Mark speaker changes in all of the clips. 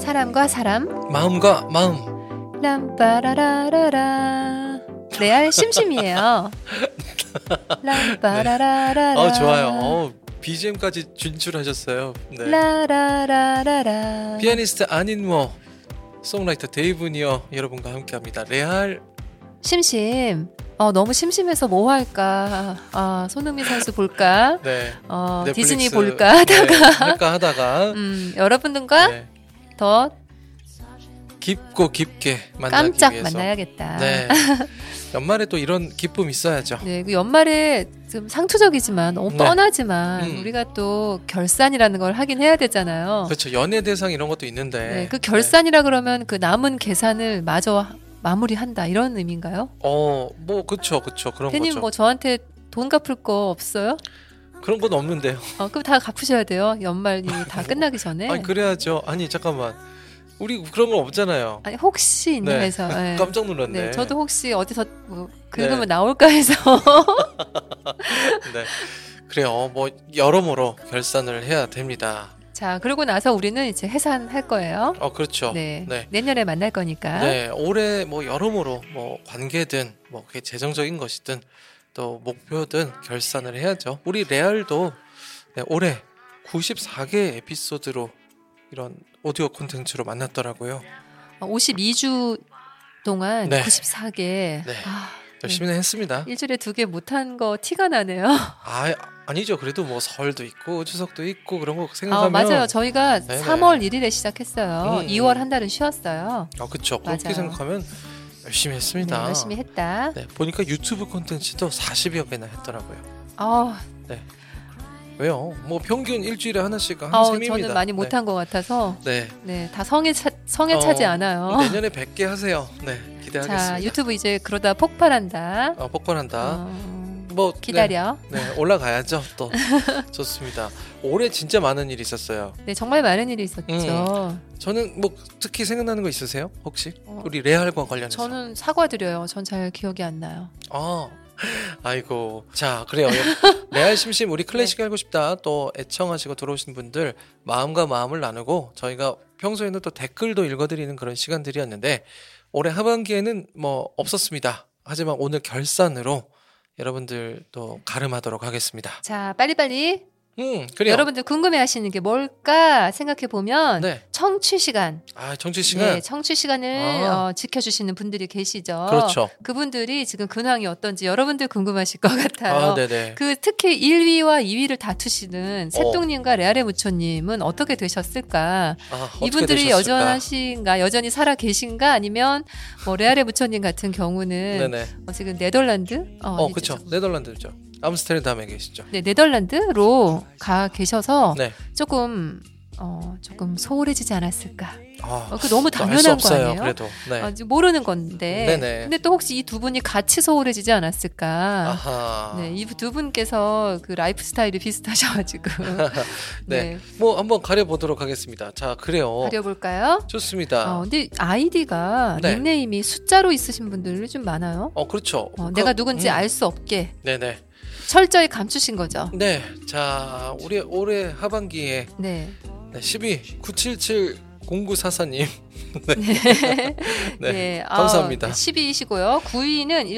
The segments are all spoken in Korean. Speaker 1: 사람과 사람
Speaker 2: 마음과 마음.
Speaker 1: 람빠라라라라 레알 심심이에요. 람빠라라라라.
Speaker 2: 아 좋아요. 네. 어, BGM까지 진출하셨어요. 네.
Speaker 1: 라라라라라.
Speaker 2: 피아니스트 안인 워 송라이터 데이브 니어 여러분과 함께합니다. 레알
Speaker 1: 심심. 어 너무 심심해서 뭐 할까? 아 손흥민 선수 볼까?
Speaker 2: 네.
Speaker 1: 어
Speaker 2: 넷플릭스,
Speaker 1: 디즈니 볼까 하다가
Speaker 2: 네, 할까 하다가
Speaker 1: 음 여러분들과
Speaker 2: 네,
Speaker 1: 더
Speaker 2: 깊고 깊게 만나기
Speaker 1: 깜짝
Speaker 2: 위해서.
Speaker 1: 만나야겠다.
Speaker 2: 네. 연말에 또 이런 기쁨 있어야죠.
Speaker 1: 네, 그 연말에 좀 상투적이지만 너무
Speaker 2: 네.
Speaker 1: 뻔하지만
Speaker 2: 음.
Speaker 1: 우리가 또 결산이라는 걸 하긴 해야 되잖아요.
Speaker 2: 그렇죠. 연예 대상 이런 것도 있는데.
Speaker 1: 네, 그 결산이라 그러면 그 남은 계산을 마저 마무리한다 이런 의미인가요?
Speaker 2: 어, 뭐 그렇죠, 그렇죠. 그런
Speaker 1: 대님
Speaker 2: 거죠.
Speaker 1: 뭐 저한테 돈 갚을 거 없어요?
Speaker 2: 그런 건 없는데요.
Speaker 1: 어, 그럼 다 갚으셔야 돼요. 연말이 다 끝나기 전에.
Speaker 2: 아니
Speaker 1: 아니,
Speaker 2: 그래야죠. 아니 잠깐만. 우리 그런 건 없잖아요.
Speaker 1: 혹시 있나 해서. 네.
Speaker 2: 깜짝 놀랐네.
Speaker 1: 네, 저도 혹시 어디서 뭐 긁으면
Speaker 2: 네.
Speaker 1: 나올까 해서.
Speaker 2: 네. 그래요. 뭐 여러모로 결산을 해야 됩니다.
Speaker 1: 자, 그러고 나서 우리는 이제 해산할 거예요.
Speaker 2: 어, 그렇죠.
Speaker 1: 네.
Speaker 2: 네.
Speaker 1: 내년에 만날 거니까.
Speaker 2: 네, 올해 뭐 여러모로 뭐 관계든 뭐 그게 재정적인 것이든 또 목표든 결산을 해야죠. 우리 레알도 네, 올해 94개 에피소드로 이런 오디오 콘텐츠로 만났더라고요.
Speaker 1: 어, 52주 동안
Speaker 2: 네.
Speaker 1: 94개. 아,
Speaker 2: 열심히는 했습니다.
Speaker 1: 일주일에 두 개 못한 거 티가 나네요.
Speaker 2: 아, 아니죠. 그래도 뭐 설도 있고 추석도 있고 그런 거
Speaker 1: 아,
Speaker 2: 생각하면
Speaker 1: 맞아요. 저희가
Speaker 2: 네네.
Speaker 1: 3월 1일에 시작했어요.
Speaker 2: 음,
Speaker 1: 2월
Speaker 2: 음.
Speaker 1: 한 달은 쉬었어요.
Speaker 2: 아, 그렇죠. 그렇게
Speaker 1: 맞아요.
Speaker 2: 생각하면 열심히
Speaker 1: 네,
Speaker 2: 했습니다.
Speaker 1: 열심히 했다.
Speaker 2: 네, 보니까 유튜브 콘텐츠도 40여 개나 했더라고요.
Speaker 1: 아우,
Speaker 2: 왜요? 뭐 평균 일주일에 하나씩 한
Speaker 1: 아우,
Speaker 2: 셈입니다.
Speaker 1: 어, 저는 많이 못한 것 같아서
Speaker 2: 네. 네.
Speaker 1: 네, 다 성에 차, 성에
Speaker 2: 어,
Speaker 1: 차지 않아요.
Speaker 2: 내년에 100개 하세요. 네, 기대하겠습니다.
Speaker 1: 자, 유튜브 이제 그러다 폭발한다.
Speaker 2: 어, 복권한다.
Speaker 1: 어,
Speaker 2: 뭐
Speaker 1: 기다려.
Speaker 2: 네, 네, 올라가야죠. 또 좋습니다. 올해 진짜 많은 일이 있었어요.
Speaker 1: 네, 정말 많은 일이 있었죠.
Speaker 2: 저는 뭐 특히 생각나는 거 있으세요? 혹시
Speaker 1: 어,
Speaker 2: 우리 레알과 관련해서?
Speaker 1: 저는 사과드려요. 전 잘 기억이 안 나요.
Speaker 2: 아, 아이고. 자, 그래요. 레알 심심 우리 클래식
Speaker 1: 네.
Speaker 2: 알고 싶다. 또 애청하시고 들어오신 분들 마음과 마음을 나누고 저희가 평소에는 또 댓글도 읽어드리는 그런 시간들이었는데 올해 하반기에는 뭐 없었습니다. 하지만 오늘 결산으로 여러분들 또 가름하도록 하겠습니다.
Speaker 1: 자, 빨리빨리
Speaker 2: 음, 그래요.
Speaker 1: 여러분들 궁금해하시는 게 뭘까 생각해 보면
Speaker 2: 네.
Speaker 1: 청취 시간,
Speaker 2: 아, 정치 시간.
Speaker 1: 네, 청취 시간을
Speaker 2: 아.
Speaker 1: 어, 지켜주시는 분들이 계시죠.
Speaker 2: 그렇죠.
Speaker 1: 분들이 지금 근황이 어떤지 여러분들 궁금하실 것 같아요.
Speaker 2: 아, 네네. 어.
Speaker 1: 그 특히 1위와 2위를 다투시는 새똥님과 레아레 무초님은 어떻게 되셨을까?
Speaker 2: 아, 어떻게
Speaker 1: 이분들이
Speaker 2: 되셨을까?
Speaker 1: 여전하신가, 여전히 살아 계신가, 아니면 뭐 레아레 무초님 같은 경우는
Speaker 2: 네네.
Speaker 1: 어, 지금 네덜란드, 어,
Speaker 2: 어,
Speaker 1: 이제
Speaker 2: 그쵸. 네덜란드죠. 암스테르담에 계시죠.
Speaker 1: 네, 네덜란드로 가 계셔서
Speaker 2: 네.
Speaker 1: 조금 어 조금 소홀해지지 않았을까?
Speaker 2: 아,
Speaker 1: 어, 그 너무
Speaker 2: 또알
Speaker 1: 당연한
Speaker 2: 수
Speaker 1: 거
Speaker 2: 없어요,
Speaker 1: 아니에요?
Speaker 2: 그래도. 네.
Speaker 1: 아직 모르는 건데.
Speaker 2: 네네.
Speaker 1: 근데 또 혹시 이 두 분이 같이 소홀해지지 않았을까?
Speaker 2: 아하.
Speaker 1: 네, 이 두 분께서 그 라이프 스타일이 비슷하셔가지고
Speaker 2: 네.
Speaker 1: 네,
Speaker 2: 뭐 한번 가려보도록 하겠습니다. 자, 그래요.
Speaker 1: 가려볼까요?
Speaker 2: 좋습니다.
Speaker 1: 어,
Speaker 2: 어,
Speaker 1: 근데 아이디가
Speaker 2: 네.
Speaker 1: 닉네임이 숫자로 있으신 분들이 좀 많아요.
Speaker 2: 그렇죠.
Speaker 1: 어,
Speaker 2: 그-
Speaker 1: 내가 누군지
Speaker 2: 음,
Speaker 1: 알 수 없게
Speaker 2: 네네.
Speaker 1: 철저히 감추신 거죠.
Speaker 2: 네. 자, 우리 올해 하반기에
Speaker 1: 네.
Speaker 2: 네, 12 977 0944님.
Speaker 1: 네.
Speaker 2: 네.
Speaker 1: 네,
Speaker 2: 감사합니다.
Speaker 1: 10위이시고요. 9위는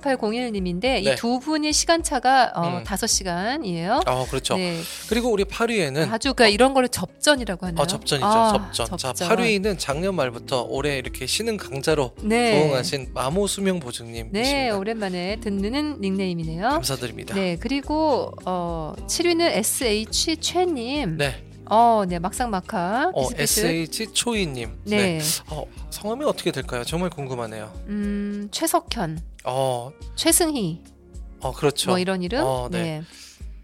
Speaker 1: 10329801님인데
Speaker 2: 네.
Speaker 1: 이 두 분의 시간차가 어,
Speaker 2: 음.
Speaker 1: 5시간이에요.
Speaker 2: 아, 그렇죠.
Speaker 1: 네.
Speaker 2: 그리고 우리 8위에는
Speaker 1: 아주 그러니까 이런 거를 접전이라고 하나요?
Speaker 2: 어, 접전이죠.
Speaker 1: 아,
Speaker 2: 접전. 자, 8위는 작년 말부터 올해 이렇게 쉬는 강자로
Speaker 1: 네.
Speaker 2: 부흥하신 마모 수명 보증님.
Speaker 1: 네, 오랜만에 듣는 닉네임이네요.
Speaker 2: 감사드립니다.
Speaker 1: 네, 그리고 어 7위는 SH 최님.
Speaker 2: 네.
Speaker 1: 어, 네, 막상 마카.
Speaker 2: 어,
Speaker 1: 비스비스.
Speaker 2: SH 초이님.
Speaker 1: 네.
Speaker 2: 어, 성함이 어떻게 될까요? 정말 궁금하네요.
Speaker 1: 음, 최석현,
Speaker 2: 어,
Speaker 1: 최승희
Speaker 2: 어 그렇죠.
Speaker 1: 뭐 이런 이름.
Speaker 2: 어, 네.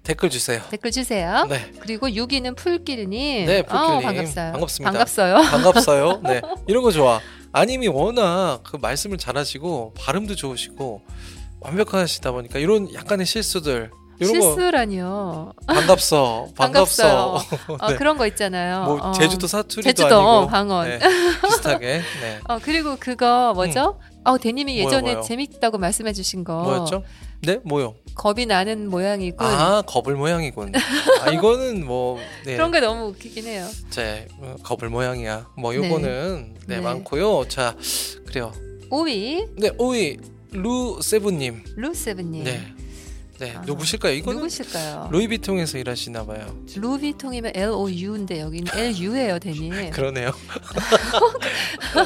Speaker 2: 댓글 주세요.
Speaker 1: 댓글 주세요.
Speaker 2: 네,
Speaker 1: 그리고 6위는 풀길님.
Speaker 2: 네, 풀길님.
Speaker 1: 어, 반갑어요.
Speaker 2: 반갑습니다.
Speaker 1: 반갑어요.
Speaker 2: 반갑어요. 네, 이런 거 좋아. 아님이 워낙 그 말씀을 잘하시고 발음도 좋으시고 완벽하시다 보니까 이런 약간의 실수들 이런 거
Speaker 1: 실수라니요.
Speaker 2: 반갑소, 반갑소.
Speaker 1: 반갑어요. 어,
Speaker 2: 네.
Speaker 1: 그런 거 있잖아요.
Speaker 2: 뭐
Speaker 1: 어.
Speaker 2: 제주도 사투리도
Speaker 1: 제주도 어,
Speaker 2: 아니고
Speaker 1: 방언.
Speaker 2: 네, 비슷하게. 네.
Speaker 1: 어 그리고 그거 뭐죠? 어 대님이
Speaker 2: 음. 뭐요,
Speaker 1: 예전에
Speaker 2: 뭐요?
Speaker 1: 재밌다고 말씀해주신 거
Speaker 2: 뭐였죠? 네, 뭐요?
Speaker 1: 겁이 나는 모양이군.
Speaker 2: 아, 거불 모양이군. 아, 이거는 뭐 네.
Speaker 1: 그런 게 너무 웃기긴 해요.
Speaker 2: 제 어, 거불 모양이야. 뭐
Speaker 1: 네.
Speaker 2: 요거는 네,
Speaker 1: 네.
Speaker 2: 많고요. 자, 그래요.
Speaker 1: 5위
Speaker 2: 네, 오이 루세븐님.
Speaker 1: 루세븐님
Speaker 2: 네. 네,
Speaker 1: 예. 아,
Speaker 2: 누구실까요? 이거는
Speaker 1: 누구실까요?
Speaker 2: 루이비통에서 일하시나 봐요.
Speaker 1: 루비통이면 L O U인데 여기는 L U예요, 대님.
Speaker 2: 아, 그러네요.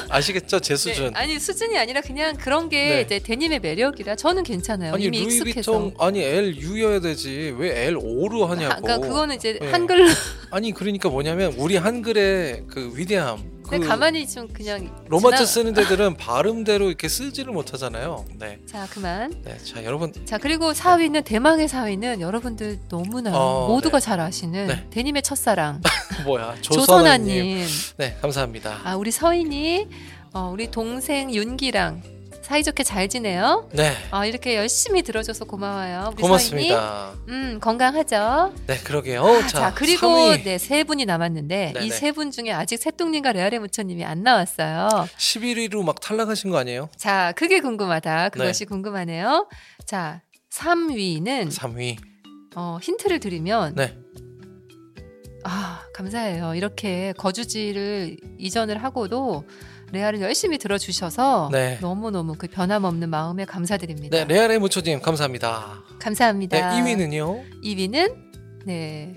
Speaker 2: 아시겠죠? 제 수준.
Speaker 1: 네, 아니 수준이 아니라 그냥 그런 게
Speaker 2: 네.
Speaker 1: 이제 데님의 매력이라 저는 괜찮아요.
Speaker 2: 아니
Speaker 1: 이미 익숙해서.
Speaker 2: 루이비통 아니 LU여야 되지 왜 LO로 하냐고.
Speaker 1: 아, 그러니까 그거는 이제
Speaker 2: 네.
Speaker 1: 한글로
Speaker 2: 아니 그러니까 뭐냐면 우리 한글의 그 위대함. 그
Speaker 1: 근데 네, 가만히 좀 그냥
Speaker 2: 로마자
Speaker 1: 지나-
Speaker 2: 쓰는 데들은 발음대로 이렇게 쓰지를 못하잖아요. 네,
Speaker 1: 자 그만.
Speaker 2: 네. 자 여러분
Speaker 1: 자 그리고 4위는 대망의 4위는 여러분들 너무나
Speaker 2: 어,
Speaker 1: 모두가 잘 아시는
Speaker 2: 네.
Speaker 1: 데님의 첫사랑
Speaker 2: 뭐야 조선아님.
Speaker 1: 조선아님.
Speaker 2: 네 감사합니다.
Speaker 1: 아 우리 서인이 어, 우리 동생 윤기랑 사이좋게 잘 지내요.
Speaker 2: 네
Speaker 1: 아 이렇게 열심히 들어줘서 고마워요. 우리
Speaker 2: 고맙습니다.
Speaker 1: 서인이. 음 건강하죠.
Speaker 2: 네 그러게요.
Speaker 1: 아, 자,
Speaker 2: 자,
Speaker 1: 그리고
Speaker 2: 삼위.
Speaker 1: 네 세 분이 남았는데
Speaker 2: 네네.
Speaker 1: 이 세 분 중에 아직 새똥님과 레아레 무처님이 안 나왔어요.
Speaker 2: 11위로 막 탈락하신 거 아니에요?
Speaker 1: 자 그게 궁금하다. 그것이 궁금하네요. 자 3위는
Speaker 2: 3위.
Speaker 1: 어, 힌트를 드리면
Speaker 2: 네.
Speaker 1: 아 감사해요. 이렇게 거주지를 이전을 하고도 레아를 열심히 들어주셔서
Speaker 2: 네.
Speaker 1: 너무 너무 그 변함없는 마음에 감사드립니다.
Speaker 2: 네 레알의 무초님 감사합니다. 네
Speaker 1: 감사합니다.
Speaker 2: 2위는요?
Speaker 1: 2위는 네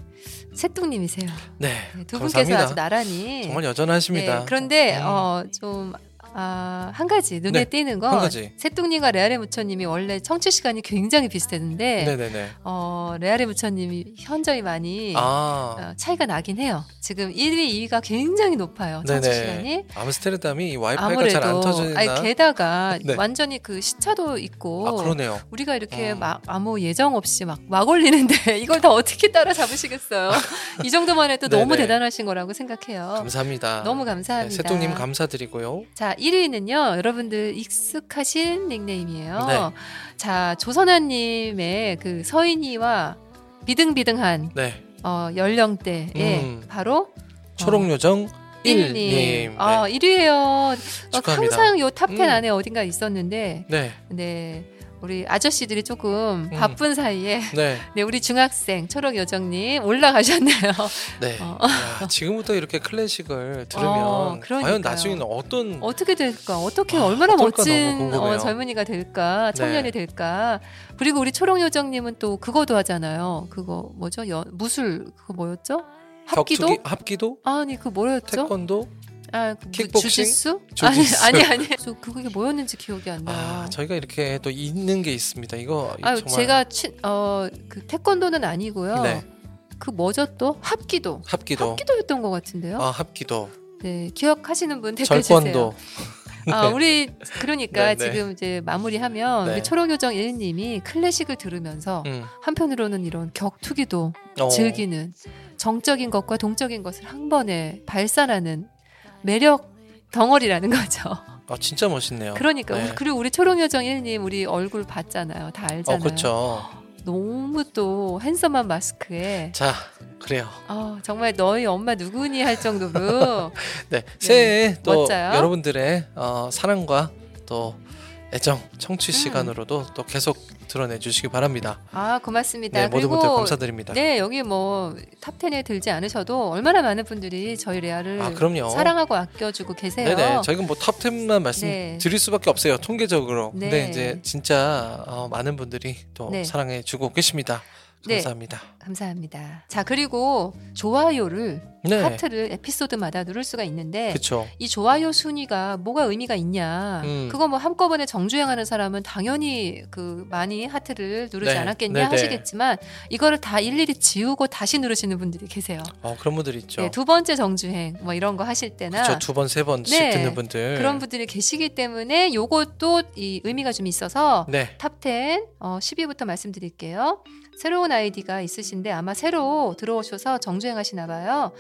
Speaker 1: 새똥님이세요.
Speaker 2: 네,
Speaker 1: 네, 두 분께서
Speaker 2: 감사합니다.
Speaker 1: 아주 나란히
Speaker 2: 정말 여전하십니다.
Speaker 1: 네, 그런데
Speaker 2: 음.
Speaker 1: 어, 좀 아, 한 가지 눈에
Speaker 2: 네,
Speaker 1: 띄는
Speaker 2: 한
Speaker 1: 건
Speaker 2: 가지.
Speaker 1: 새뚱님과 레아레 무처님이 원래 청취 시간이 굉장히 비슷했는데
Speaker 2: 네네네.
Speaker 1: 어, 레아레 무처님이 현저히 많이
Speaker 2: 아
Speaker 1: 어, 차이가 나긴 해요. 지금 1위, 2위가 굉장히 높아요. 청취 시간이.
Speaker 2: 네네. 암스테르담이 이 와이파이가 잘 안
Speaker 1: 아무래도
Speaker 2: 터지나?
Speaker 1: 아니, 게다가
Speaker 2: 네.
Speaker 1: 완전히 그 시차도 있고
Speaker 2: 아 그러네요.
Speaker 1: 우리가 이렇게
Speaker 2: 음.
Speaker 1: 막 아무 예정 없이 막 막 올리는데 이걸 다 어떻게 따라잡으시겠어요? 이 정도만 해도 너무
Speaker 2: 네네.
Speaker 1: 대단하신 거라고 생각해요.
Speaker 2: 감사합니다.
Speaker 1: 어, 너무
Speaker 2: 네,
Speaker 1: 감사합니다.
Speaker 2: 세통님 감사드리고요.
Speaker 1: 자, 1위는요, 여러분들 익숙하신 닉네임이에요.
Speaker 2: 네.
Speaker 1: 자, 조선아님의 그 서인이와 비등비등한
Speaker 2: 네.
Speaker 1: 어, 연령대에
Speaker 2: 음.
Speaker 1: 바로 어,
Speaker 2: 초록요정
Speaker 1: 일
Speaker 2: 1님.
Speaker 1: 님
Speaker 2: 네.
Speaker 1: 아, 1위에요.
Speaker 2: 축하합니다.
Speaker 1: 항상 요 탑10
Speaker 2: 음.
Speaker 1: 안에 어딘가 있었는데,
Speaker 2: 네.
Speaker 1: 네. 우리 아저씨들이 조금
Speaker 2: 음.
Speaker 1: 바쁜 사이에,
Speaker 2: 네.
Speaker 1: 네, 우리 중학생 초록여정님 올라가셨네요.
Speaker 2: 네.
Speaker 1: 어.
Speaker 2: 야, 지금부터 이렇게 클래식을 들으면
Speaker 1: 어, 그러니까요.
Speaker 2: 과연 나중에는 어떤
Speaker 1: 어떻게 될까? 어떻게
Speaker 2: 아,
Speaker 1: 얼마나
Speaker 2: 어떨까 너무
Speaker 1: 멋진
Speaker 2: 궁금해요.
Speaker 1: 어, 젊은이가 될까?
Speaker 2: 네.
Speaker 1: 청년이 될까? 그리고 우리 초록요정님은 또 그거도 하잖아요. 그거 뭐죠? 연, 무술 그거 뭐였죠? 합기도?
Speaker 2: 격투기, 합기도,
Speaker 1: 아니 그 뭐였죠?
Speaker 2: 태권도.
Speaker 1: 아, 그 무-
Speaker 2: 킥복싱?
Speaker 1: 주짓수?
Speaker 2: 주짓수.
Speaker 1: 아니 아니 아니. 저 그게 뭐였는지 기억이 안 나요.
Speaker 2: 아, 저희가 이렇게 또 있는 게 있습니다. 이거
Speaker 1: 아,
Speaker 2: 정말
Speaker 1: 제가 취, 어, 그 태권도는 아니고요.
Speaker 2: 네.
Speaker 1: 그 뭐죠 또? 합기도.
Speaker 2: 합기도.
Speaker 1: 합기도였던 것 같은데요.
Speaker 2: 아, 합기도.
Speaker 1: 네, 기억하시는 분 댓글 주세요.
Speaker 2: 절권도.
Speaker 1: 아, 우리 그러니까
Speaker 2: 네, 네.
Speaker 1: 지금 이제 마무리하면
Speaker 2: 네.
Speaker 1: 우리 초록요정 1님이 클래식을 들으면서
Speaker 2: 음.
Speaker 1: 한편으로는 이런 격투기도
Speaker 2: 어.
Speaker 1: 즐기는 정적인 것과 동적인 것을 한 번에 발산하는 매력 덩어리라는 거죠.
Speaker 2: 아, 진짜 멋있네요.
Speaker 1: 그러니까
Speaker 2: 네.
Speaker 1: 우리- 그리고 우리 초록요정 1님 우리 얼굴 봤잖아요. 다
Speaker 2: 어,
Speaker 1: 알잖아요.
Speaker 2: 그렇죠.
Speaker 1: 너무 또 핸섬한 마스크에
Speaker 2: 자, 그래요.
Speaker 1: 아, 정말 너희 엄마 누구니 할 정도로
Speaker 2: 네, 새해 또
Speaker 1: 멋져요.
Speaker 2: 여러분들의 어, 사랑과 또 애정,
Speaker 1: 음.
Speaker 2: 청취 시간으로도 또 계속 드러내 주시기 바랍니다.
Speaker 1: 아 고맙습니다.
Speaker 2: 네, 모든 분들
Speaker 1: 그리고
Speaker 2: 감사드립니다.
Speaker 1: 네, 여기 뭐 탑10에 들지 않으셔도 얼마나 많은 분들이 저희 레아를
Speaker 2: 아, 그럼요.
Speaker 1: 사랑하고 아껴주고 계세요.
Speaker 2: 네네, 저희가 뭐 탑10만
Speaker 1: 네.
Speaker 2: 말씀드릴 수밖에 없어요, 통계적으로.
Speaker 1: 네.
Speaker 2: 근데 이제 진짜 어, 많은 분들이 또
Speaker 1: 네.
Speaker 2: 사랑해 주고 계십니다.
Speaker 1: 네.
Speaker 2: 감사합니다.
Speaker 1: 감사합니다. 자, 그리고 좋아요를
Speaker 2: 네,
Speaker 1: 하트를 에피소드마다 누를 수가 있는데
Speaker 2: 그렇죠.
Speaker 1: 이 좋아요 순위가 뭐가 의미가 있냐?
Speaker 2: 음.
Speaker 1: 그거 뭐 한꺼번에 정주행하는 사람은 당연히 그 많이 하트를 누르지
Speaker 2: 네,
Speaker 1: 않았겠냐
Speaker 2: 네, 네.
Speaker 1: 하시겠지만 이거를 다 일일이 지우고 다시 누르시는 분들이 계세요.
Speaker 2: 어, 그런 분들 있죠.
Speaker 1: 네, 두 번째 정주행 뭐 이런 거 하실 때나
Speaker 2: 그렇죠. 두 번, 세 번씩
Speaker 1: 네.
Speaker 2: 듣는 분들.
Speaker 1: 그런 분들이 계시기 때문에 요것도 이 의미가 좀 있어서
Speaker 2: 네,
Speaker 1: 탑10 어, 10위부터 말씀드릴게요. 새로운 아이디가 있으신데 아마 새로 들어오셔서 정주행하시나 봐요.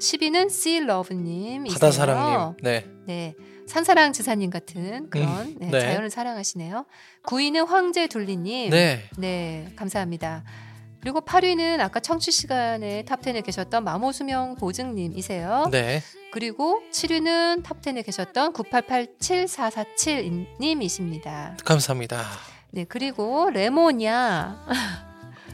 Speaker 1: 10위는 씨러브님.
Speaker 2: 바다사랑님. 네,
Speaker 1: 네. 산사랑 지사님 같은 그런 네,
Speaker 2: 네.
Speaker 1: 자연을 사랑하시네요. 9위는 황제 둘리님.
Speaker 2: 네.
Speaker 1: 네, 감사합니다. 그리고 8위는 아까 청취 시간에 탑10에 계셨던 마모수명 보증님이세요.
Speaker 2: 네.
Speaker 1: 그리고 7위는 탑10에 계셨던 98874447님이십니다.
Speaker 2: 감사합니다.
Speaker 1: 네, 그리고 레모냐.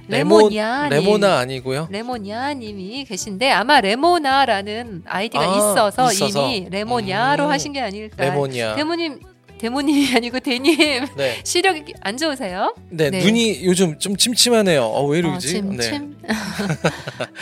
Speaker 2: 레모-
Speaker 1: 레모냐. 님.
Speaker 2: 레모나 아니고요.
Speaker 1: 레모냐 님이 계신데 아마 레모나라는 아이디가
Speaker 2: 아,
Speaker 1: 있어서,
Speaker 2: 있어서.
Speaker 1: 이미 레모냐로
Speaker 2: 음.
Speaker 1: 하신 게 아닐까.
Speaker 2: 레모니아.
Speaker 1: 대모님, 대모님이 아니고 대님.
Speaker 2: 네.
Speaker 1: 시력이 안 좋으세요?
Speaker 2: 네.
Speaker 1: 네.
Speaker 2: 눈이 요즘 좀 침침하네요. 어, 왜 이러지?
Speaker 1: 어, 침,
Speaker 2: 네.
Speaker 1: 침.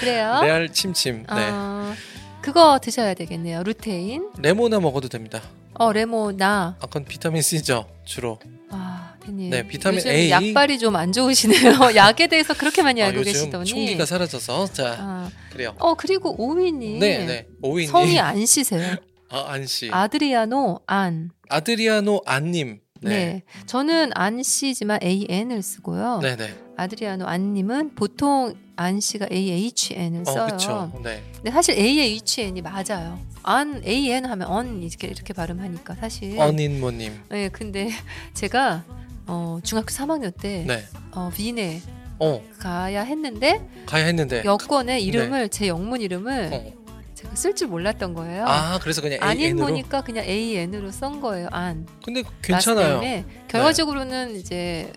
Speaker 1: 그래요?
Speaker 2: 레알 침침. 네.
Speaker 1: 어, 그거 드셔야 되겠네요. 루테인.
Speaker 2: 레모나 먹어도 됩니다.
Speaker 1: 어, 레모나.
Speaker 2: 아까 비타민 C죠 주로.
Speaker 1: 아, 대님.
Speaker 2: 네, 비타민
Speaker 1: 요즘
Speaker 2: A.
Speaker 1: 약발이 좀 안 좋으시네요. 약에 대해서 그렇게 많이
Speaker 2: 아,
Speaker 1: 알고
Speaker 2: 요즘
Speaker 1: 계시더니.
Speaker 2: 총기가 사라져서 자
Speaker 1: 아,
Speaker 2: 그래요.
Speaker 1: 어, 그리고 오이님.
Speaker 2: 네, 네. 오이님.
Speaker 1: 성이 안 씨세요.
Speaker 2: 아, 안 씨.
Speaker 1: 아드리아노 안.
Speaker 2: 아, 드리아노 안님.
Speaker 1: 네.
Speaker 2: 네.
Speaker 1: 저는 안 씨지만 AN을 쓰고요.
Speaker 2: 네, 네.
Speaker 1: 아드리아노 안님은 보통 안 씨가 AHN을
Speaker 2: 어,
Speaker 1: 써요.
Speaker 2: 그렇죠. 네.
Speaker 1: 근데 사실 AHN이 맞아요. 안 AN 하면 언 이렇게 이렇게 발음하니까 사실.
Speaker 2: 언인모님.
Speaker 1: 네, 근데 제가 어, 중학교 3학년 때
Speaker 2: 네.
Speaker 1: 어, 위네
Speaker 2: 어,
Speaker 1: 가야 했는데
Speaker 2: 가야 했는데.
Speaker 1: 여권의 이름을 제 영문 이름을
Speaker 2: 네. 어.
Speaker 1: 제가 쓸 줄 몰랐던 거예요.
Speaker 2: 아, 그래서 그냥
Speaker 1: 닌
Speaker 2: AN으로.
Speaker 1: 보니까 그냥 AN으로 쓴 거예요. 안.
Speaker 2: 근데 괜찮아요.
Speaker 1: 라스트 네임에 결과적으로는 이제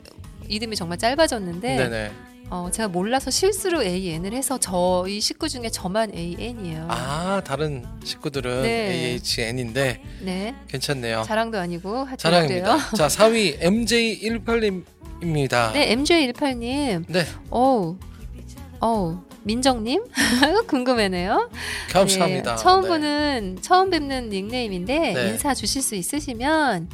Speaker 1: 이름이 정말 짧아졌는데
Speaker 2: 네, 네.
Speaker 1: 어, 제가 몰라서 실수로 AN을 해서 저희 식구 중에 저만 AN이에요.
Speaker 2: 아, 다른 식구들은
Speaker 1: 네.
Speaker 2: AHN인데
Speaker 1: 네.
Speaker 2: 괜찮네요.
Speaker 1: 자랑도 아니고 하여튼
Speaker 2: 자랑입니다.
Speaker 1: 그래요.
Speaker 2: 자, 4위 MJ18님입니다.
Speaker 1: 네, MJ18님.
Speaker 2: 네,
Speaker 1: 어우. 어우. 민정님? 궁금해네요.
Speaker 2: 감사합니다.
Speaker 1: 네, 처음
Speaker 2: 네.
Speaker 1: 보는, 처음 뵙는 닉네임인데,
Speaker 2: 네.
Speaker 1: 인사 주실 수 있으시면,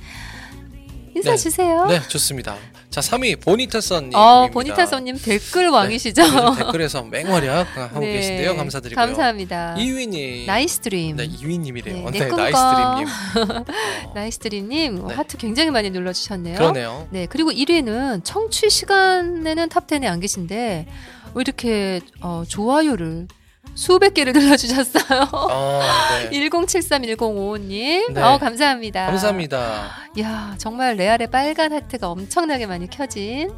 Speaker 1: 인사
Speaker 2: 네.
Speaker 1: 주세요.
Speaker 2: 네, 좋습니다. 자, 3위 보니타선님.
Speaker 1: 어, 보니타선님 댓글 왕이시죠?
Speaker 2: 댓글에서 맹활약 하고
Speaker 1: 네,
Speaker 2: 네. 계신데요. 감사드리고요.
Speaker 1: 감사합니다.
Speaker 2: 2위님.
Speaker 1: 나이스 드림.
Speaker 2: 네, 2위님이래요.
Speaker 1: 네,
Speaker 2: 네,
Speaker 1: 내 꿈과-
Speaker 2: 나이스드림님. 어,
Speaker 1: 나이스 드림님 어,
Speaker 2: 네.
Speaker 1: 하트 굉장히 많이 눌러주셨네요.
Speaker 2: 어, 그러네요.
Speaker 1: 네, 그리고 1위는 청취 시간에는 탑10에 안 계신데, 왜 이렇게 어, 좋아요를 수백 개를 눌러주셨어요?
Speaker 2: 아, 네.
Speaker 1: 10731055님,
Speaker 2: 네.
Speaker 1: 어, 감사합니다.
Speaker 2: 감사합니다.
Speaker 1: 야 정말 레알의 빨간 하트가 엄청나게 많이 켜진,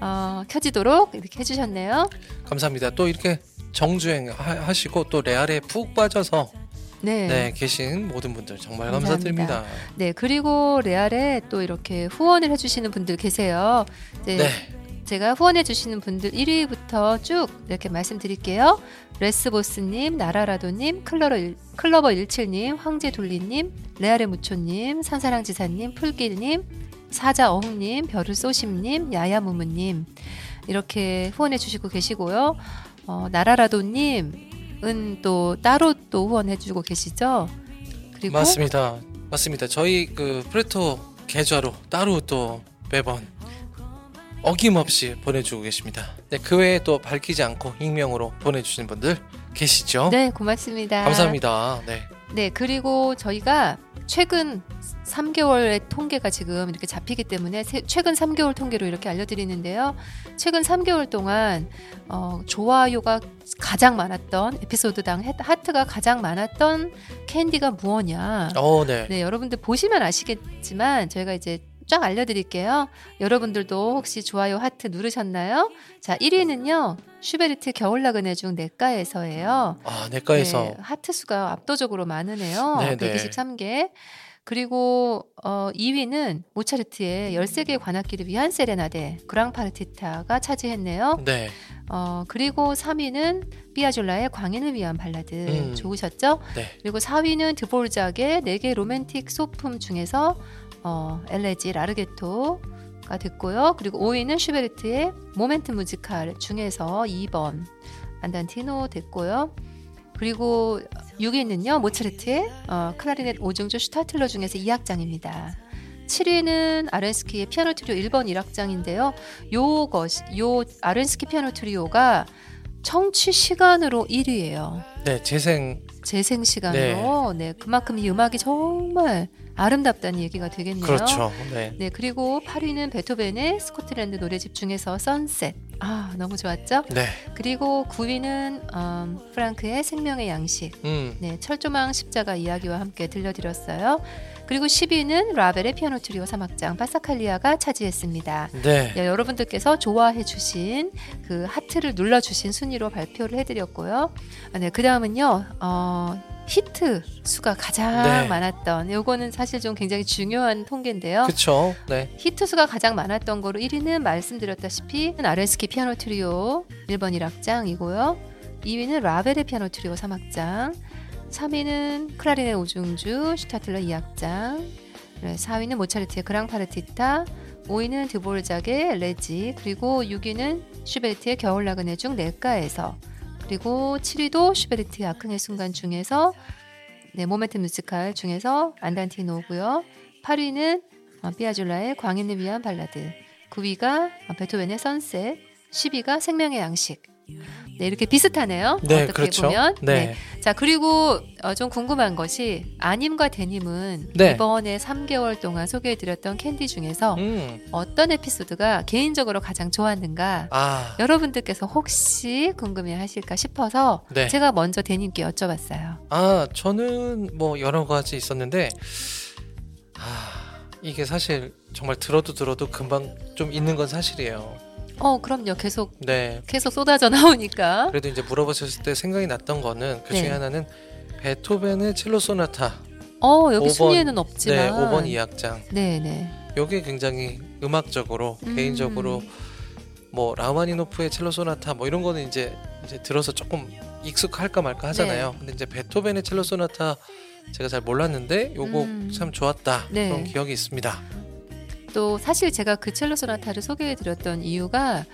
Speaker 1: 어, 켜지도록 이렇게 해주셨네요.
Speaker 2: 감사합니다. 또 이렇게 정주행 하- 하시고 또 레알에 푹 빠져서
Speaker 1: 네.
Speaker 2: 네, 계신 모든 분들 정말 감사드립니다.
Speaker 1: 네, 그리고 레알에 또 이렇게 후원을 해주시는 분들 계세요.
Speaker 2: 네.
Speaker 1: 네, 제가 후원해 주시는 분들 1위부터 쭉 이렇게 말씀드릴게요. 레스보스님, 나라라도님, 클러러 일- 클러버 17님, 황제돌리님, 레아레 무초님, 산사랑지사님, 풀길님, 사자어흥님, 벼르쏘심님, 야야무무님 이렇게 후원해 주시고 계시고요. 어, 나라라도님은 또 따로 또 후원해 주고 계시죠. 그리고
Speaker 2: 맞습니다. 맞습니다. 저희 그 프레토 계좌로 따로 또 매번 어김없이 보내주고 계십니다. 네, 그 외에 또 밝히지 않고 익명으로 보내주신 분들 계시죠?
Speaker 1: 네 고맙습니다.
Speaker 2: 감사합니다. 네.
Speaker 1: 네, 그리고 저희가 최근 3개월의 통계가 지금 이렇게 잡히기 때문에 세- 최근 3개월 통계로 이렇게 알려드리는데요. 최근 3개월 동안 어, 좋아요가 가장 많았던 에피소드당 해- 하트가 가장 많았던 캔디가 무엇냐?
Speaker 2: 어, 네.
Speaker 1: 네, 여러분들 보시면 아시겠지만 저희가 이제 쫙 알려드릴게요. 여러분들도 혹시 좋아요 하트 누르셨나요? 자, 1위는요. 슈베르트 겨울나그네 중 내과에서예요.
Speaker 2: 아, 내과에서
Speaker 1: 네, 하트 수가 압도적으로 많으네요.
Speaker 2: 네, 네.
Speaker 1: 123개. 그리고 어, 2위는 모차르트의 13개의 관악기를 위한 세레나데 그랑파르티타가 차지했네요.
Speaker 2: 네.
Speaker 1: 어, 그리고 3위는 삐아졸라의 광인을 위한 발라드
Speaker 2: 음.
Speaker 1: 좋으셨죠?
Speaker 2: 네.
Speaker 1: 그리고 4위는 드볼작의 4개 로맨틱 소품 중에서 어, 엘레지 라르게토가 됐고요. 그리고 5위는 슈베르트의 모멘트 무지칼 중에서 2번 안단티노 됐고요. 그리고 6위는요 모차르트의 어, 클라리넷 5중주 슈타틀러 중에서 2악장입니다. 7위는 아렌스키의 피아노 트리오 1번 1악장인데요. 요것 요 아렌스키 피아노 트리오가 청취 시간으로 1위예요.
Speaker 2: 네, 재생
Speaker 1: 재생 시간으로 네. 그만큼 이 음악이 정말 아름답다는 얘기가 되겠네요.
Speaker 2: 그렇죠. 네.
Speaker 1: 네 그리고 8위는 베토벤의 스코틀랜드 노래집 중에서 선셋 아 너무 좋았죠.
Speaker 2: 네.
Speaker 1: 그리고 9위는 음, 프랑크의 생명의 양식
Speaker 2: 음.
Speaker 1: 네 철조망 십자가 이야기와 함께 들려드렸어요. 그리고 10위는 라벨의 피아노 트리오 3악장 파사칼리아가 차지했습니다.
Speaker 2: 네.
Speaker 1: 예, 여러분들께서 좋아해 주신 그 하트를 눌러 주신 순위로 발표를 해 드렸고요. 아, 네, 그다음은요. 어 히트 수가 가장
Speaker 2: 네.
Speaker 1: 많았던 요거는 사실 좀 굉장히 중요한 통계인데요.
Speaker 2: 그쵸. 네.
Speaker 1: 히트 수가 가장 많았던 거로 1위는 말씀드렸다시피 아렌스키 피아노 트리오 1번 1악장이고요. 2위는 라벨의 피아노 트리오 3악장. 3위는 클라리넷 오중주 슈타틀러 2악장. 4위는 모차르트의 그랑파르티타. 5위는 드볼작의 레지. 그리고 6위는 슈베르트의 겨울나그네 중 내과에서. 그리고 7위도 슈베르트의 악흥의 순간 중에서 네, 모멘트 뮤지컬 중에서 안단티노고요. 8위는 어, 삐아줄라의 광인을 위한 발라드 9위가 어, 베토벤의 선셋 10위가 생명의 양식 네, 이렇게 비슷하네요
Speaker 2: 네,
Speaker 1: 어떻게
Speaker 2: 그렇죠.
Speaker 1: 보면
Speaker 2: 네.
Speaker 1: 자 그리고 어, 좀 궁금한 것이 아님과 데님은
Speaker 2: 네.
Speaker 1: 이번에 3개월 동안 소개해드렸던 캔디 중에서
Speaker 2: 음.
Speaker 1: 어떤 에피소드가 개인적으로 가장 좋았는가
Speaker 2: 아.
Speaker 1: 여러분들께서 혹시 궁금해하실까 싶어서
Speaker 2: 네.
Speaker 1: 제가 먼저 데님께 여쭤봤어요
Speaker 2: 아, 저는 뭐 여러 가지 있었는데 아, 이게 사실 정말 들어도 들어도 금방 좀 있는 건 사실이에요.
Speaker 1: 어 그럼요 계속
Speaker 2: 네.
Speaker 1: 계속 쏟아져 나오니까
Speaker 2: 그래도 이제 물어보셨을 때 생각이 났던 거는 그 중에
Speaker 1: 네.
Speaker 2: 하나는 베토벤의 첼로 소나타
Speaker 1: 어 여기
Speaker 2: 5번,
Speaker 1: 순위에는
Speaker 2: 네,
Speaker 1: 없지만
Speaker 2: 5번 2악장.
Speaker 1: 네네.
Speaker 2: 요게 굉장히 음악적으로
Speaker 1: 음.
Speaker 2: 개인적으로 뭐 라마니노프의 첼로 소나타 뭐 이런 거는 이제 이제 들어서 조금 익숙할까 말까
Speaker 1: 네.
Speaker 2: 하잖아요. 근데 이제 베토벤의 첼로 소나타 제가 잘 몰랐는데 요거
Speaker 1: 음.
Speaker 2: 참 좋았다.
Speaker 1: 네.
Speaker 2: 그런 기억이 있습니다.
Speaker 1: 또 사실 제가 그 첼로 소나타를 소개해드렸던 이유가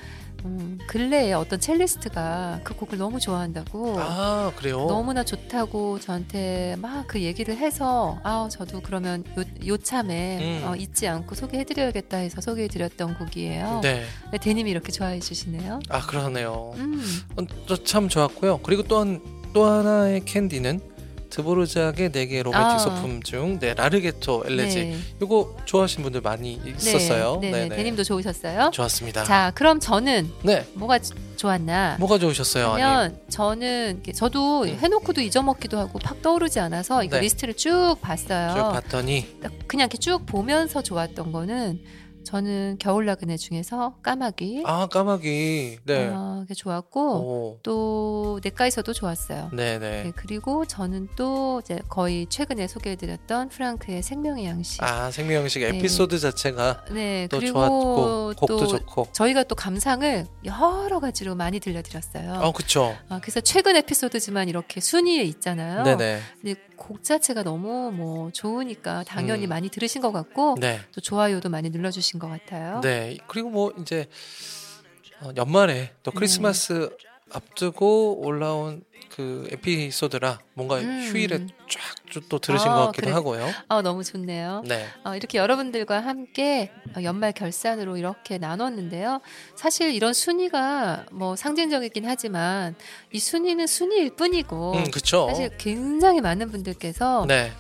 Speaker 1: 음, 근래에 어떤 첼리스트가 그 곡을 너무 좋아한다고
Speaker 2: 아, 그래요.
Speaker 1: 뭐. 너무나 좋다고 저한테 막 그 얘기를 해서 아 저도 그러면 요, 요참에
Speaker 2: 음.
Speaker 1: 어, 잊지 않고 소개해드려야겠다 해서 소개해드렸던 곡이에요.
Speaker 2: 네.
Speaker 1: 근데 데님이 이렇게 좋아해 주시네요.
Speaker 2: 아, 그러네요. 어,
Speaker 1: 음,
Speaker 2: 저참 좋았고요. 그리고 또한 또 하나의 캔디는 드보르작의 네 개 로맨틱
Speaker 1: 아.
Speaker 2: 소품 중 네, 라르게토 엘레지
Speaker 1: 네.
Speaker 2: 이거 좋아하신 분들 많이 있었어요.
Speaker 1: 네,
Speaker 2: 네,
Speaker 1: 네,
Speaker 2: 네.
Speaker 1: 데님도 좋으셨어요.
Speaker 2: 좋았습니다.
Speaker 1: 자, 그럼 저는
Speaker 2: 네,
Speaker 1: 뭐가 조- 좋았나?
Speaker 2: 뭐가 좋으셨어요? 아니,
Speaker 1: 그러면 저는 이렇게 저도
Speaker 2: 음.
Speaker 1: 해놓고도 잊어먹기도 하고 팍 떠오르지 않아서 이거
Speaker 2: 네.
Speaker 1: 리스트를 쭉 봤어요.
Speaker 2: 쭉 봤더니
Speaker 1: 그냥 이렇게 쭉 보면서 좋았던 거는 저는 겨울나그네 중에서 까마귀
Speaker 2: 아 까마귀. 네.
Speaker 1: 어, 그게 좋았고
Speaker 2: 오.
Speaker 1: 또 내과에서도 좋았어요.
Speaker 2: 네,
Speaker 1: 네,
Speaker 2: 네.
Speaker 1: 그리고 저는 또 이제 거의 최근에 소개해드렸던 프랑크의 생명의 양식.
Speaker 2: 아 생명식
Speaker 1: 네.
Speaker 2: 에피소드 자체가
Speaker 1: 네,
Speaker 2: 또
Speaker 1: 그리고
Speaker 2: 좋았고 곡도
Speaker 1: 또
Speaker 2: 좋고.
Speaker 1: 저희가 또 감상을 여러 가지로 많이 들려드렸어요.
Speaker 2: 어, 그쵸.
Speaker 1: 아, 그래서 최근 에피소드지만 이렇게 순위에 있잖아요.
Speaker 2: 네, 네.
Speaker 1: 근데 곡 자체가 너무 뭐 좋으니까 당연히
Speaker 2: 음.
Speaker 1: 많이 들으신 것 같고
Speaker 2: 네,
Speaker 1: 또 좋아요도 많이 눌러주신 것 같아요.
Speaker 2: 네. 그리고 뭐 이제 어, 연말에
Speaker 1: 음.
Speaker 2: 또 크리스마스 앞두고 올라온 그 에피소드라 뭔가
Speaker 1: 음.
Speaker 2: 휴일에 쫙 또 들으신
Speaker 1: 아,
Speaker 2: 것 같기도
Speaker 1: 그래.
Speaker 2: 하고요.
Speaker 1: 아, 너무 좋네요.
Speaker 2: 네,
Speaker 1: 어, 이렇게 여러분들과 함께 어, 연말 결산으로 이렇게 나눴는데요. 사실 이런 순위가 뭐 상징적이긴 하지만 이 순위는 순위일 뿐이고
Speaker 2: 음, 그쵸.
Speaker 1: 어. 사실 굉장히 많은 분들께서
Speaker 2: 네,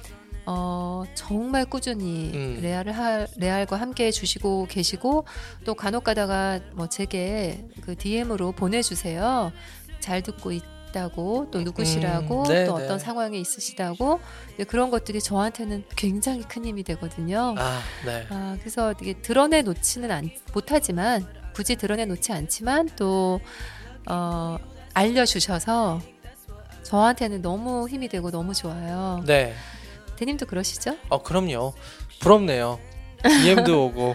Speaker 1: 어, 정말 꾸준히
Speaker 2: 음.
Speaker 1: 레알을 하, 레알과 함께 해주시고 계시고 또 간혹가다가 뭐 제게 그 DM으로 보내주세요. 잘 듣고 있다고 또 누구시라고
Speaker 2: 음, 네,
Speaker 1: 또
Speaker 2: 네.
Speaker 1: 어떤 상황에 있으시다고 근데 그런 것들이 저한테는 굉장히 큰 힘이 되거든요. 아,
Speaker 2: 아, 네.
Speaker 1: 그래서 이게 드러내 놓지는 않- 못하지만 굳이 드러내 놓지 않지만 또 어, 알려주셔서 저한테는 너무 힘이 되고 너무 좋아요.
Speaker 2: 네.
Speaker 1: 대님도 그러시죠?
Speaker 2: 어 그럼요. 부럽네요. DM도 오고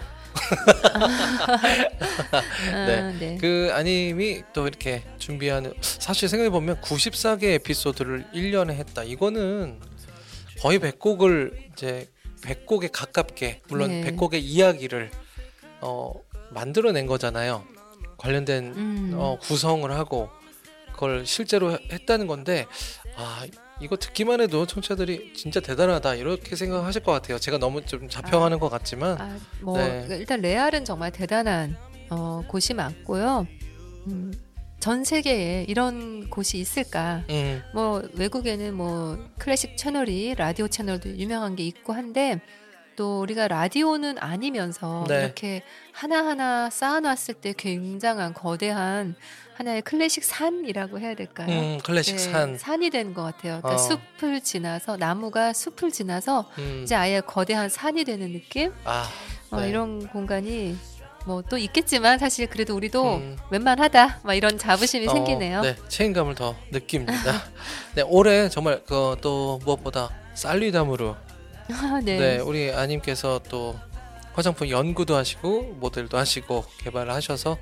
Speaker 1: 아,
Speaker 2: 네.
Speaker 1: 네.
Speaker 2: 그 아님이 또 이렇게 준비하는 사실 생각해 보면 94개 에피소드를 1년에 했다. 이거는 거의 100곡을 이제 100곡에 가깝게 물론
Speaker 1: 네.
Speaker 2: 100곡의 이야기를 어 만들어낸 거잖아요. 관련된
Speaker 1: 음.
Speaker 2: 어, 구성을 하고 그걸 실제로 했다는 건데 아 이거 듣기만 해도 청취자들이 진짜 대단하다 이렇게 생각하실 것 같아요. 제가 너무 좀 자평하는 것 같지만
Speaker 1: 아, 뭐
Speaker 2: 네.
Speaker 1: 일단 레알은 정말 대단한 어, 곳이 많고요. 음, 전 세계에 이런 곳이 있을까?
Speaker 2: 음,
Speaker 1: 뭐 외국에는 뭐 클래식 채널이 라디오 채널도 유명한 게 있고 한데 또 우리가 라디오는 아니면서
Speaker 2: 네.
Speaker 1: 이렇게 하나하나 쌓아놨을 때 굉장한 거대한 하나의 클래식 산이라고 해야 될까요?
Speaker 2: 음, 클래식
Speaker 1: 네,
Speaker 2: 산.
Speaker 1: 산이 된 것 같아요. 그러니까
Speaker 2: 어.
Speaker 1: 숲을 지나서 나무가 숲을 지나서
Speaker 2: 음.
Speaker 1: 이제 아예 거대한 산이 되는 느낌?
Speaker 2: 아,
Speaker 1: 어,
Speaker 2: 네.
Speaker 1: 이런 공간이 뭐 또 있겠지만 사실 그래도 우리도
Speaker 2: 음.
Speaker 1: 웬만하다 막 이런 자부심이
Speaker 2: 어,
Speaker 1: 생기네요.
Speaker 2: 네, 책임감을 더 느낍니다. 네, 올해 정말 그 또 무엇보다 쌀리담으로
Speaker 1: 아,
Speaker 2: 네.
Speaker 1: 네.
Speaker 2: 우리 아님께서 또 화장품 연구도 하시고 모델도 하시고 개발을 하셔서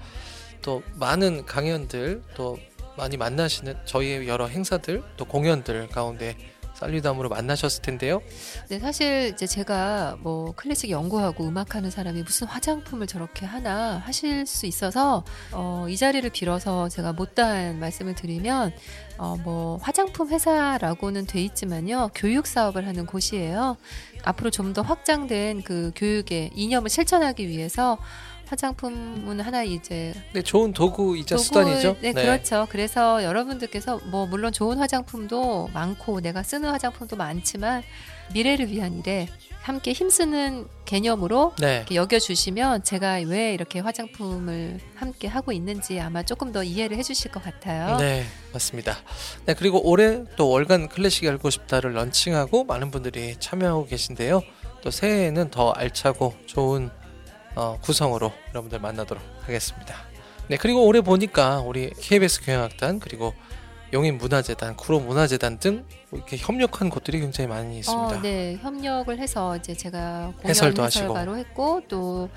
Speaker 2: 또 많은 강연들 또 많이 만나시는 저희의 여러 행사들 또 공연들 가운데 쌀리담으로 만나셨을 텐데요.
Speaker 1: 네, 사실 이제 제가 뭐 클래식 연구하고 음악하는 사람이 무슨 화장품을 저렇게 하나 하실 수 있어서 어, 이 자리를 빌어서 제가 못다한 말씀을 드리면 어, 뭐 화장품 회사라고는 돼 있지만요 교육 사업을 하는 곳이에요. 앞으로 좀 더 확장된 그 교육의 이념을 실천하기 위해서 화장품은 하나 이제
Speaker 2: 네, 좋은 도구이자
Speaker 1: 도구-
Speaker 2: 수단이죠.
Speaker 1: 네, 그렇죠. 그래서 여러분들께서 뭐 물론 좋은 화장품도 많고 내가 쓰는 화장품도 많지만 미래를 위한 일에 함께 힘쓰는 개념으로
Speaker 2: 네.
Speaker 1: 이렇게 여겨주시면 제가 왜 이렇게 화장품을 함께 하고 있는지 아마 조금 더 이해를 해주실 것 같아요.
Speaker 2: 네, 맞습니다. 네, 그리고 올해 또 월간 클래식이 알고 싶다를 런칭하고 많은 분들이 참여하고 계신데요. 또 새해에는 더 알차고 좋은 어, 구성으로 여러분들 만나도록 하겠습니다. 네, 그리고 올해 보니까 우리 KBS 교향악단 그리고 용인 문화재단, 구로 문화재단 등뭐 이렇게 협력한 곳들이 굉장히 많이 있습니다.
Speaker 1: 어, 네, 협력을 해서 이제 제가 공연 해설도
Speaker 2: 해설도 하시고.
Speaker 1: 바로 했고 또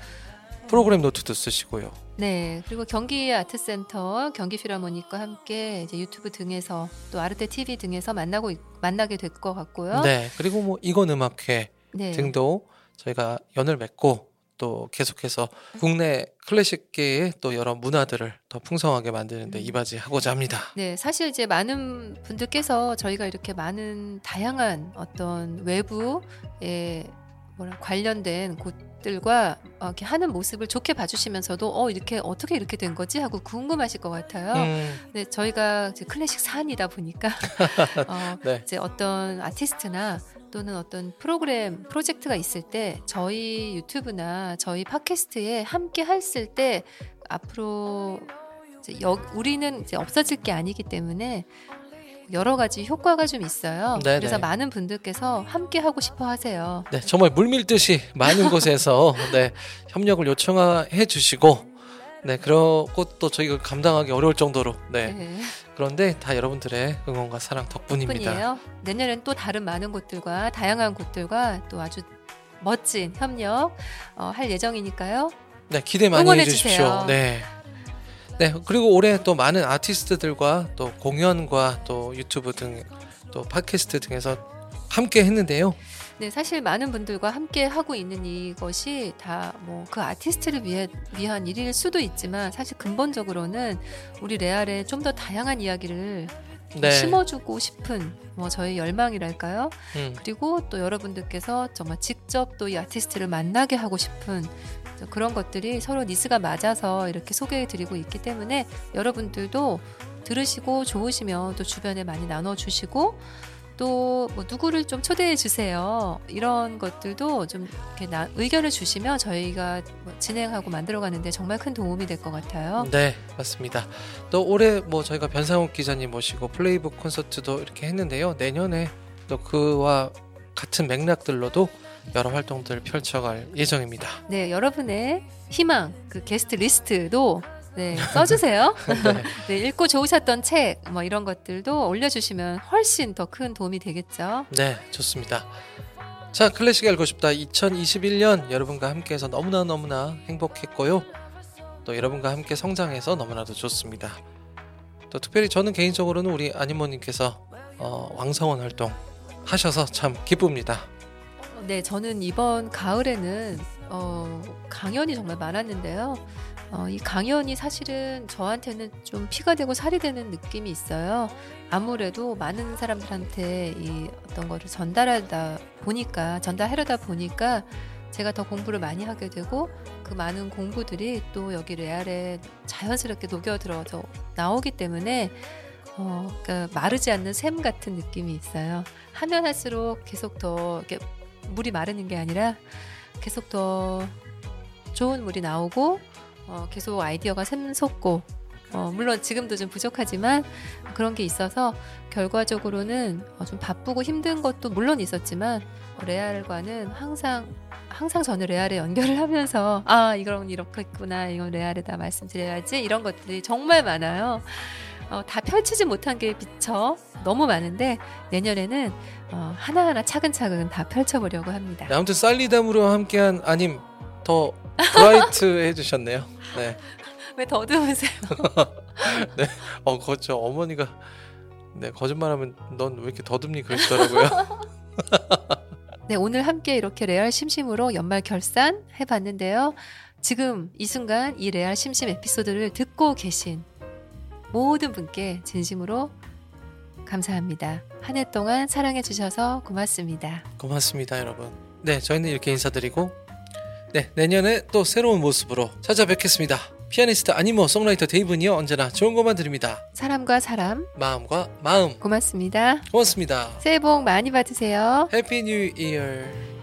Speaker 2: 프로그램 노트도 쓰시고요.
Speaker 1: 네, 그리고 경기 아트센터, 경기 필하모닉과 함께 이제 유튜브 등에서 또 아르테 TV 등에서 만나고 있- 만나게 될 것 같고요.
Speaker 2: 네, 그리고 뭐 이건 음악회
Speaker 1: 네.
Speaker 2: 등도 저희가 연을 맺고 또 계속해서 국내 클래식계의 또 여러 문화들을 더 풍성하게 만드는데
Speaker 1: 음.
Speaker 2: 이바지하고자 합니다.
Speaker 1: 네, 사실 이제 많은 분들께서 저희가 이렇게 많은 다양한 어떤 외부에 뭐라 관련된 곳들과 어, 이렇게 하는 모습을 좋게 봐주시면서도 어 이렇게 어떻게 이렇게 된 거지 하고 궁금하실 것 같아요.
Speaker 2: 음,
Speaker 1: 근데 네, 저희가 이제 클래식 산이다 보니까 어,
Speaker 2: 네.
Speaker 1: 이제 어떤 아티스트나 또는 어떤 프로그램 프로젝트가 있을 때 저희 유튜브나 저희 팟캐스트에 함께 했을 때 앞으로 이제 여- 우리는 이제 없어질 게 아니기 때문에 여러 가지 효과가 좀 있어요.
Speaker 2: 네네.
Speaker 1: 그래서 많은 분들께서 함께 하고 싶어 하세요.
Speaker 2: 네, 정말 물밀듯이 많은 곳에서 네, 협력을 요청해 주시고 네, 그러고 또 저희가 감당하기 어려울 정도로 네,
Speaker 1: 네.
Speaker 2: 그런데 다 여러분들의 응원과 사랑 덕분입니다.
Speaker 1: 뿐이에요. 내년엔 또 다른 많은 곳들과 다양한 곳들과 또 아주 멋진 협력 어, 할 예정이니까요.
Speaker 2: 네, 기대 많이
Speaker 1: 응원해
Speaker 2: 해 주십시오.
Speaker 1: 주세요.
Speaker 2: 네. 네, 그리고 올해 또 많은 아티스트들과 또 공연과 또 유튜브 등 또 팟캐스트 등에서 함께 했는데요.
Speaker 1: 네, 사실 많은 분들과 함께 하고 있는 이것이 다 뭐 그 아티스트를 위해 위한 일일 수도 있지만 사실 근본적으로는 우리 레알에 좀 더 다양한 이야기를
Speaker 2: 네.
Speaker 1: 심어주고 싶은 뭐 저희 열망이랄까요?
Speaker 2: 음,
Speaker 1: 그리고 또 여러분들께서 정말 직접 또 이 아티스트를 만나게 하고 싶은 그런 것들이 서로 니스가 맞아서 이렇게 소개해드리고 있기 때문에 여러분들도 들으시고 좋으시면 또 주변에 많이 나눠주시고 또 뭐 누구를 좀 초대해 주세요 이런 것들도 좀 이렇게 나- 의견을 주시면 저희가 뭐 진행하고 만들어가는데 정말 큰 도움이 될 것 같아요.
Speaker 2: 네, 맞습니다. 또 올해 뭐 저희가 변상욱 기자님 모시고 플레이북 콘서트도 이렇게 했는데요. 내년에 또 그와 같은 맥락들로도 여러 활동들을 펼쳐갈 예정입니다.
Speaker 1: 네 여러분의 희망 그 게스트 리스트도 네 써주세요.
Speaker 2: 네.
Speaker 1: 네, 읽고 좋으셨던 책, 뭐 이런 것들도 올려주시면 훨씬 더 큰 도움이 되겠죠.
Speaker 2: 네, 좋습니다. 자, 클래식 알고 싶다. 2021년 여러분과 함께해서 너무나 너무나 행복했고요. 또 여러분과 함께 성장해서 너무나도 좋습니다. 또 특별히 저는 개인적으로는 우리 아니모님께서 어, 왕성원 활동 하셔서 참 기쁩니다.
Speaker 1: 네, 저는 이번 가을에는 어, 강연이 정말 많았는데요. 어, 이 강연이 사실은 저한테는 좀 피가 되고 살이 되는 느낌이 있어요. 아무래도 많은 사람들한테 이 어떤 거를 전달하다 보니까 전달하려다 보니까 제가 더 공부를 많이 하게 되고 그 많은 공부들이 또 여기 레알에 자연스럽게 녹여 들어서 나오기 때문에 어, 그러니까 마르지 않는 샘 같은 느낌이 있어요. 하면 할수록 계속 더 이렇게 물이 마르는 게 아니라 계속 더 좋은 물이 나오고 어, 계속 아이디어가 샘솟고 어, 물론 지금도 좀 부족하지만 그런 게 있어서 결과적으로는 어, 좀 바쁘고 힘든 것도 물론 있었지만 어, 레알과는 항상 항상 저는 레알에 연결을 하면서 아 이건 이렇겠구나 이건 레알에다 말씀드려야지 이런 것들이 정말 많아요. 어, 다 펼치지 못한 게 비쳐 너무 많은데 내년에는 어, 하나하나 차근차근 다 펼쳐보려고 합니다.
Speaker 2: 네, 아무튼 쌀리담으로 함께한 아님 더 브라이트 해주셨네요. 네,
Speaker 1: 왜 더듬으세요?
Speaker 2: 어 그렇죠. 어머니가 네 거짓말하면 넌 왜 이렇게 더듬니 그러시더라고요.
Speaker 1: 네, 오늘 함께 이렇게 레알 심심으로 연말 결산 해봤는데요. 지금 이 순간 이 레알 심심 에피소드를 듣고 계신 모든 분께 진심으로 감사합니다. 한 해 동안 사랑해주셔서 고맙습니다.
Speaker 2: 고맙습니다, 여러분. 네, 저희는 이렇게 인사드리고 네 내년에 또 새로운 모습으로 찾아뵙겠습니다. 피아니스트 아니모 송라이터 데이브는요 언제나 좋은 것만 드립니다.
Speaker 1: 사람과 사람,
Speaker 2: 마음과 마음
Speaker 1: 고맙습니다.
Speaker 2: 고맙습니다.
Speaker 1: 새해 복 많이 받으세요.
Speaker 2: 해피 뉴 이어.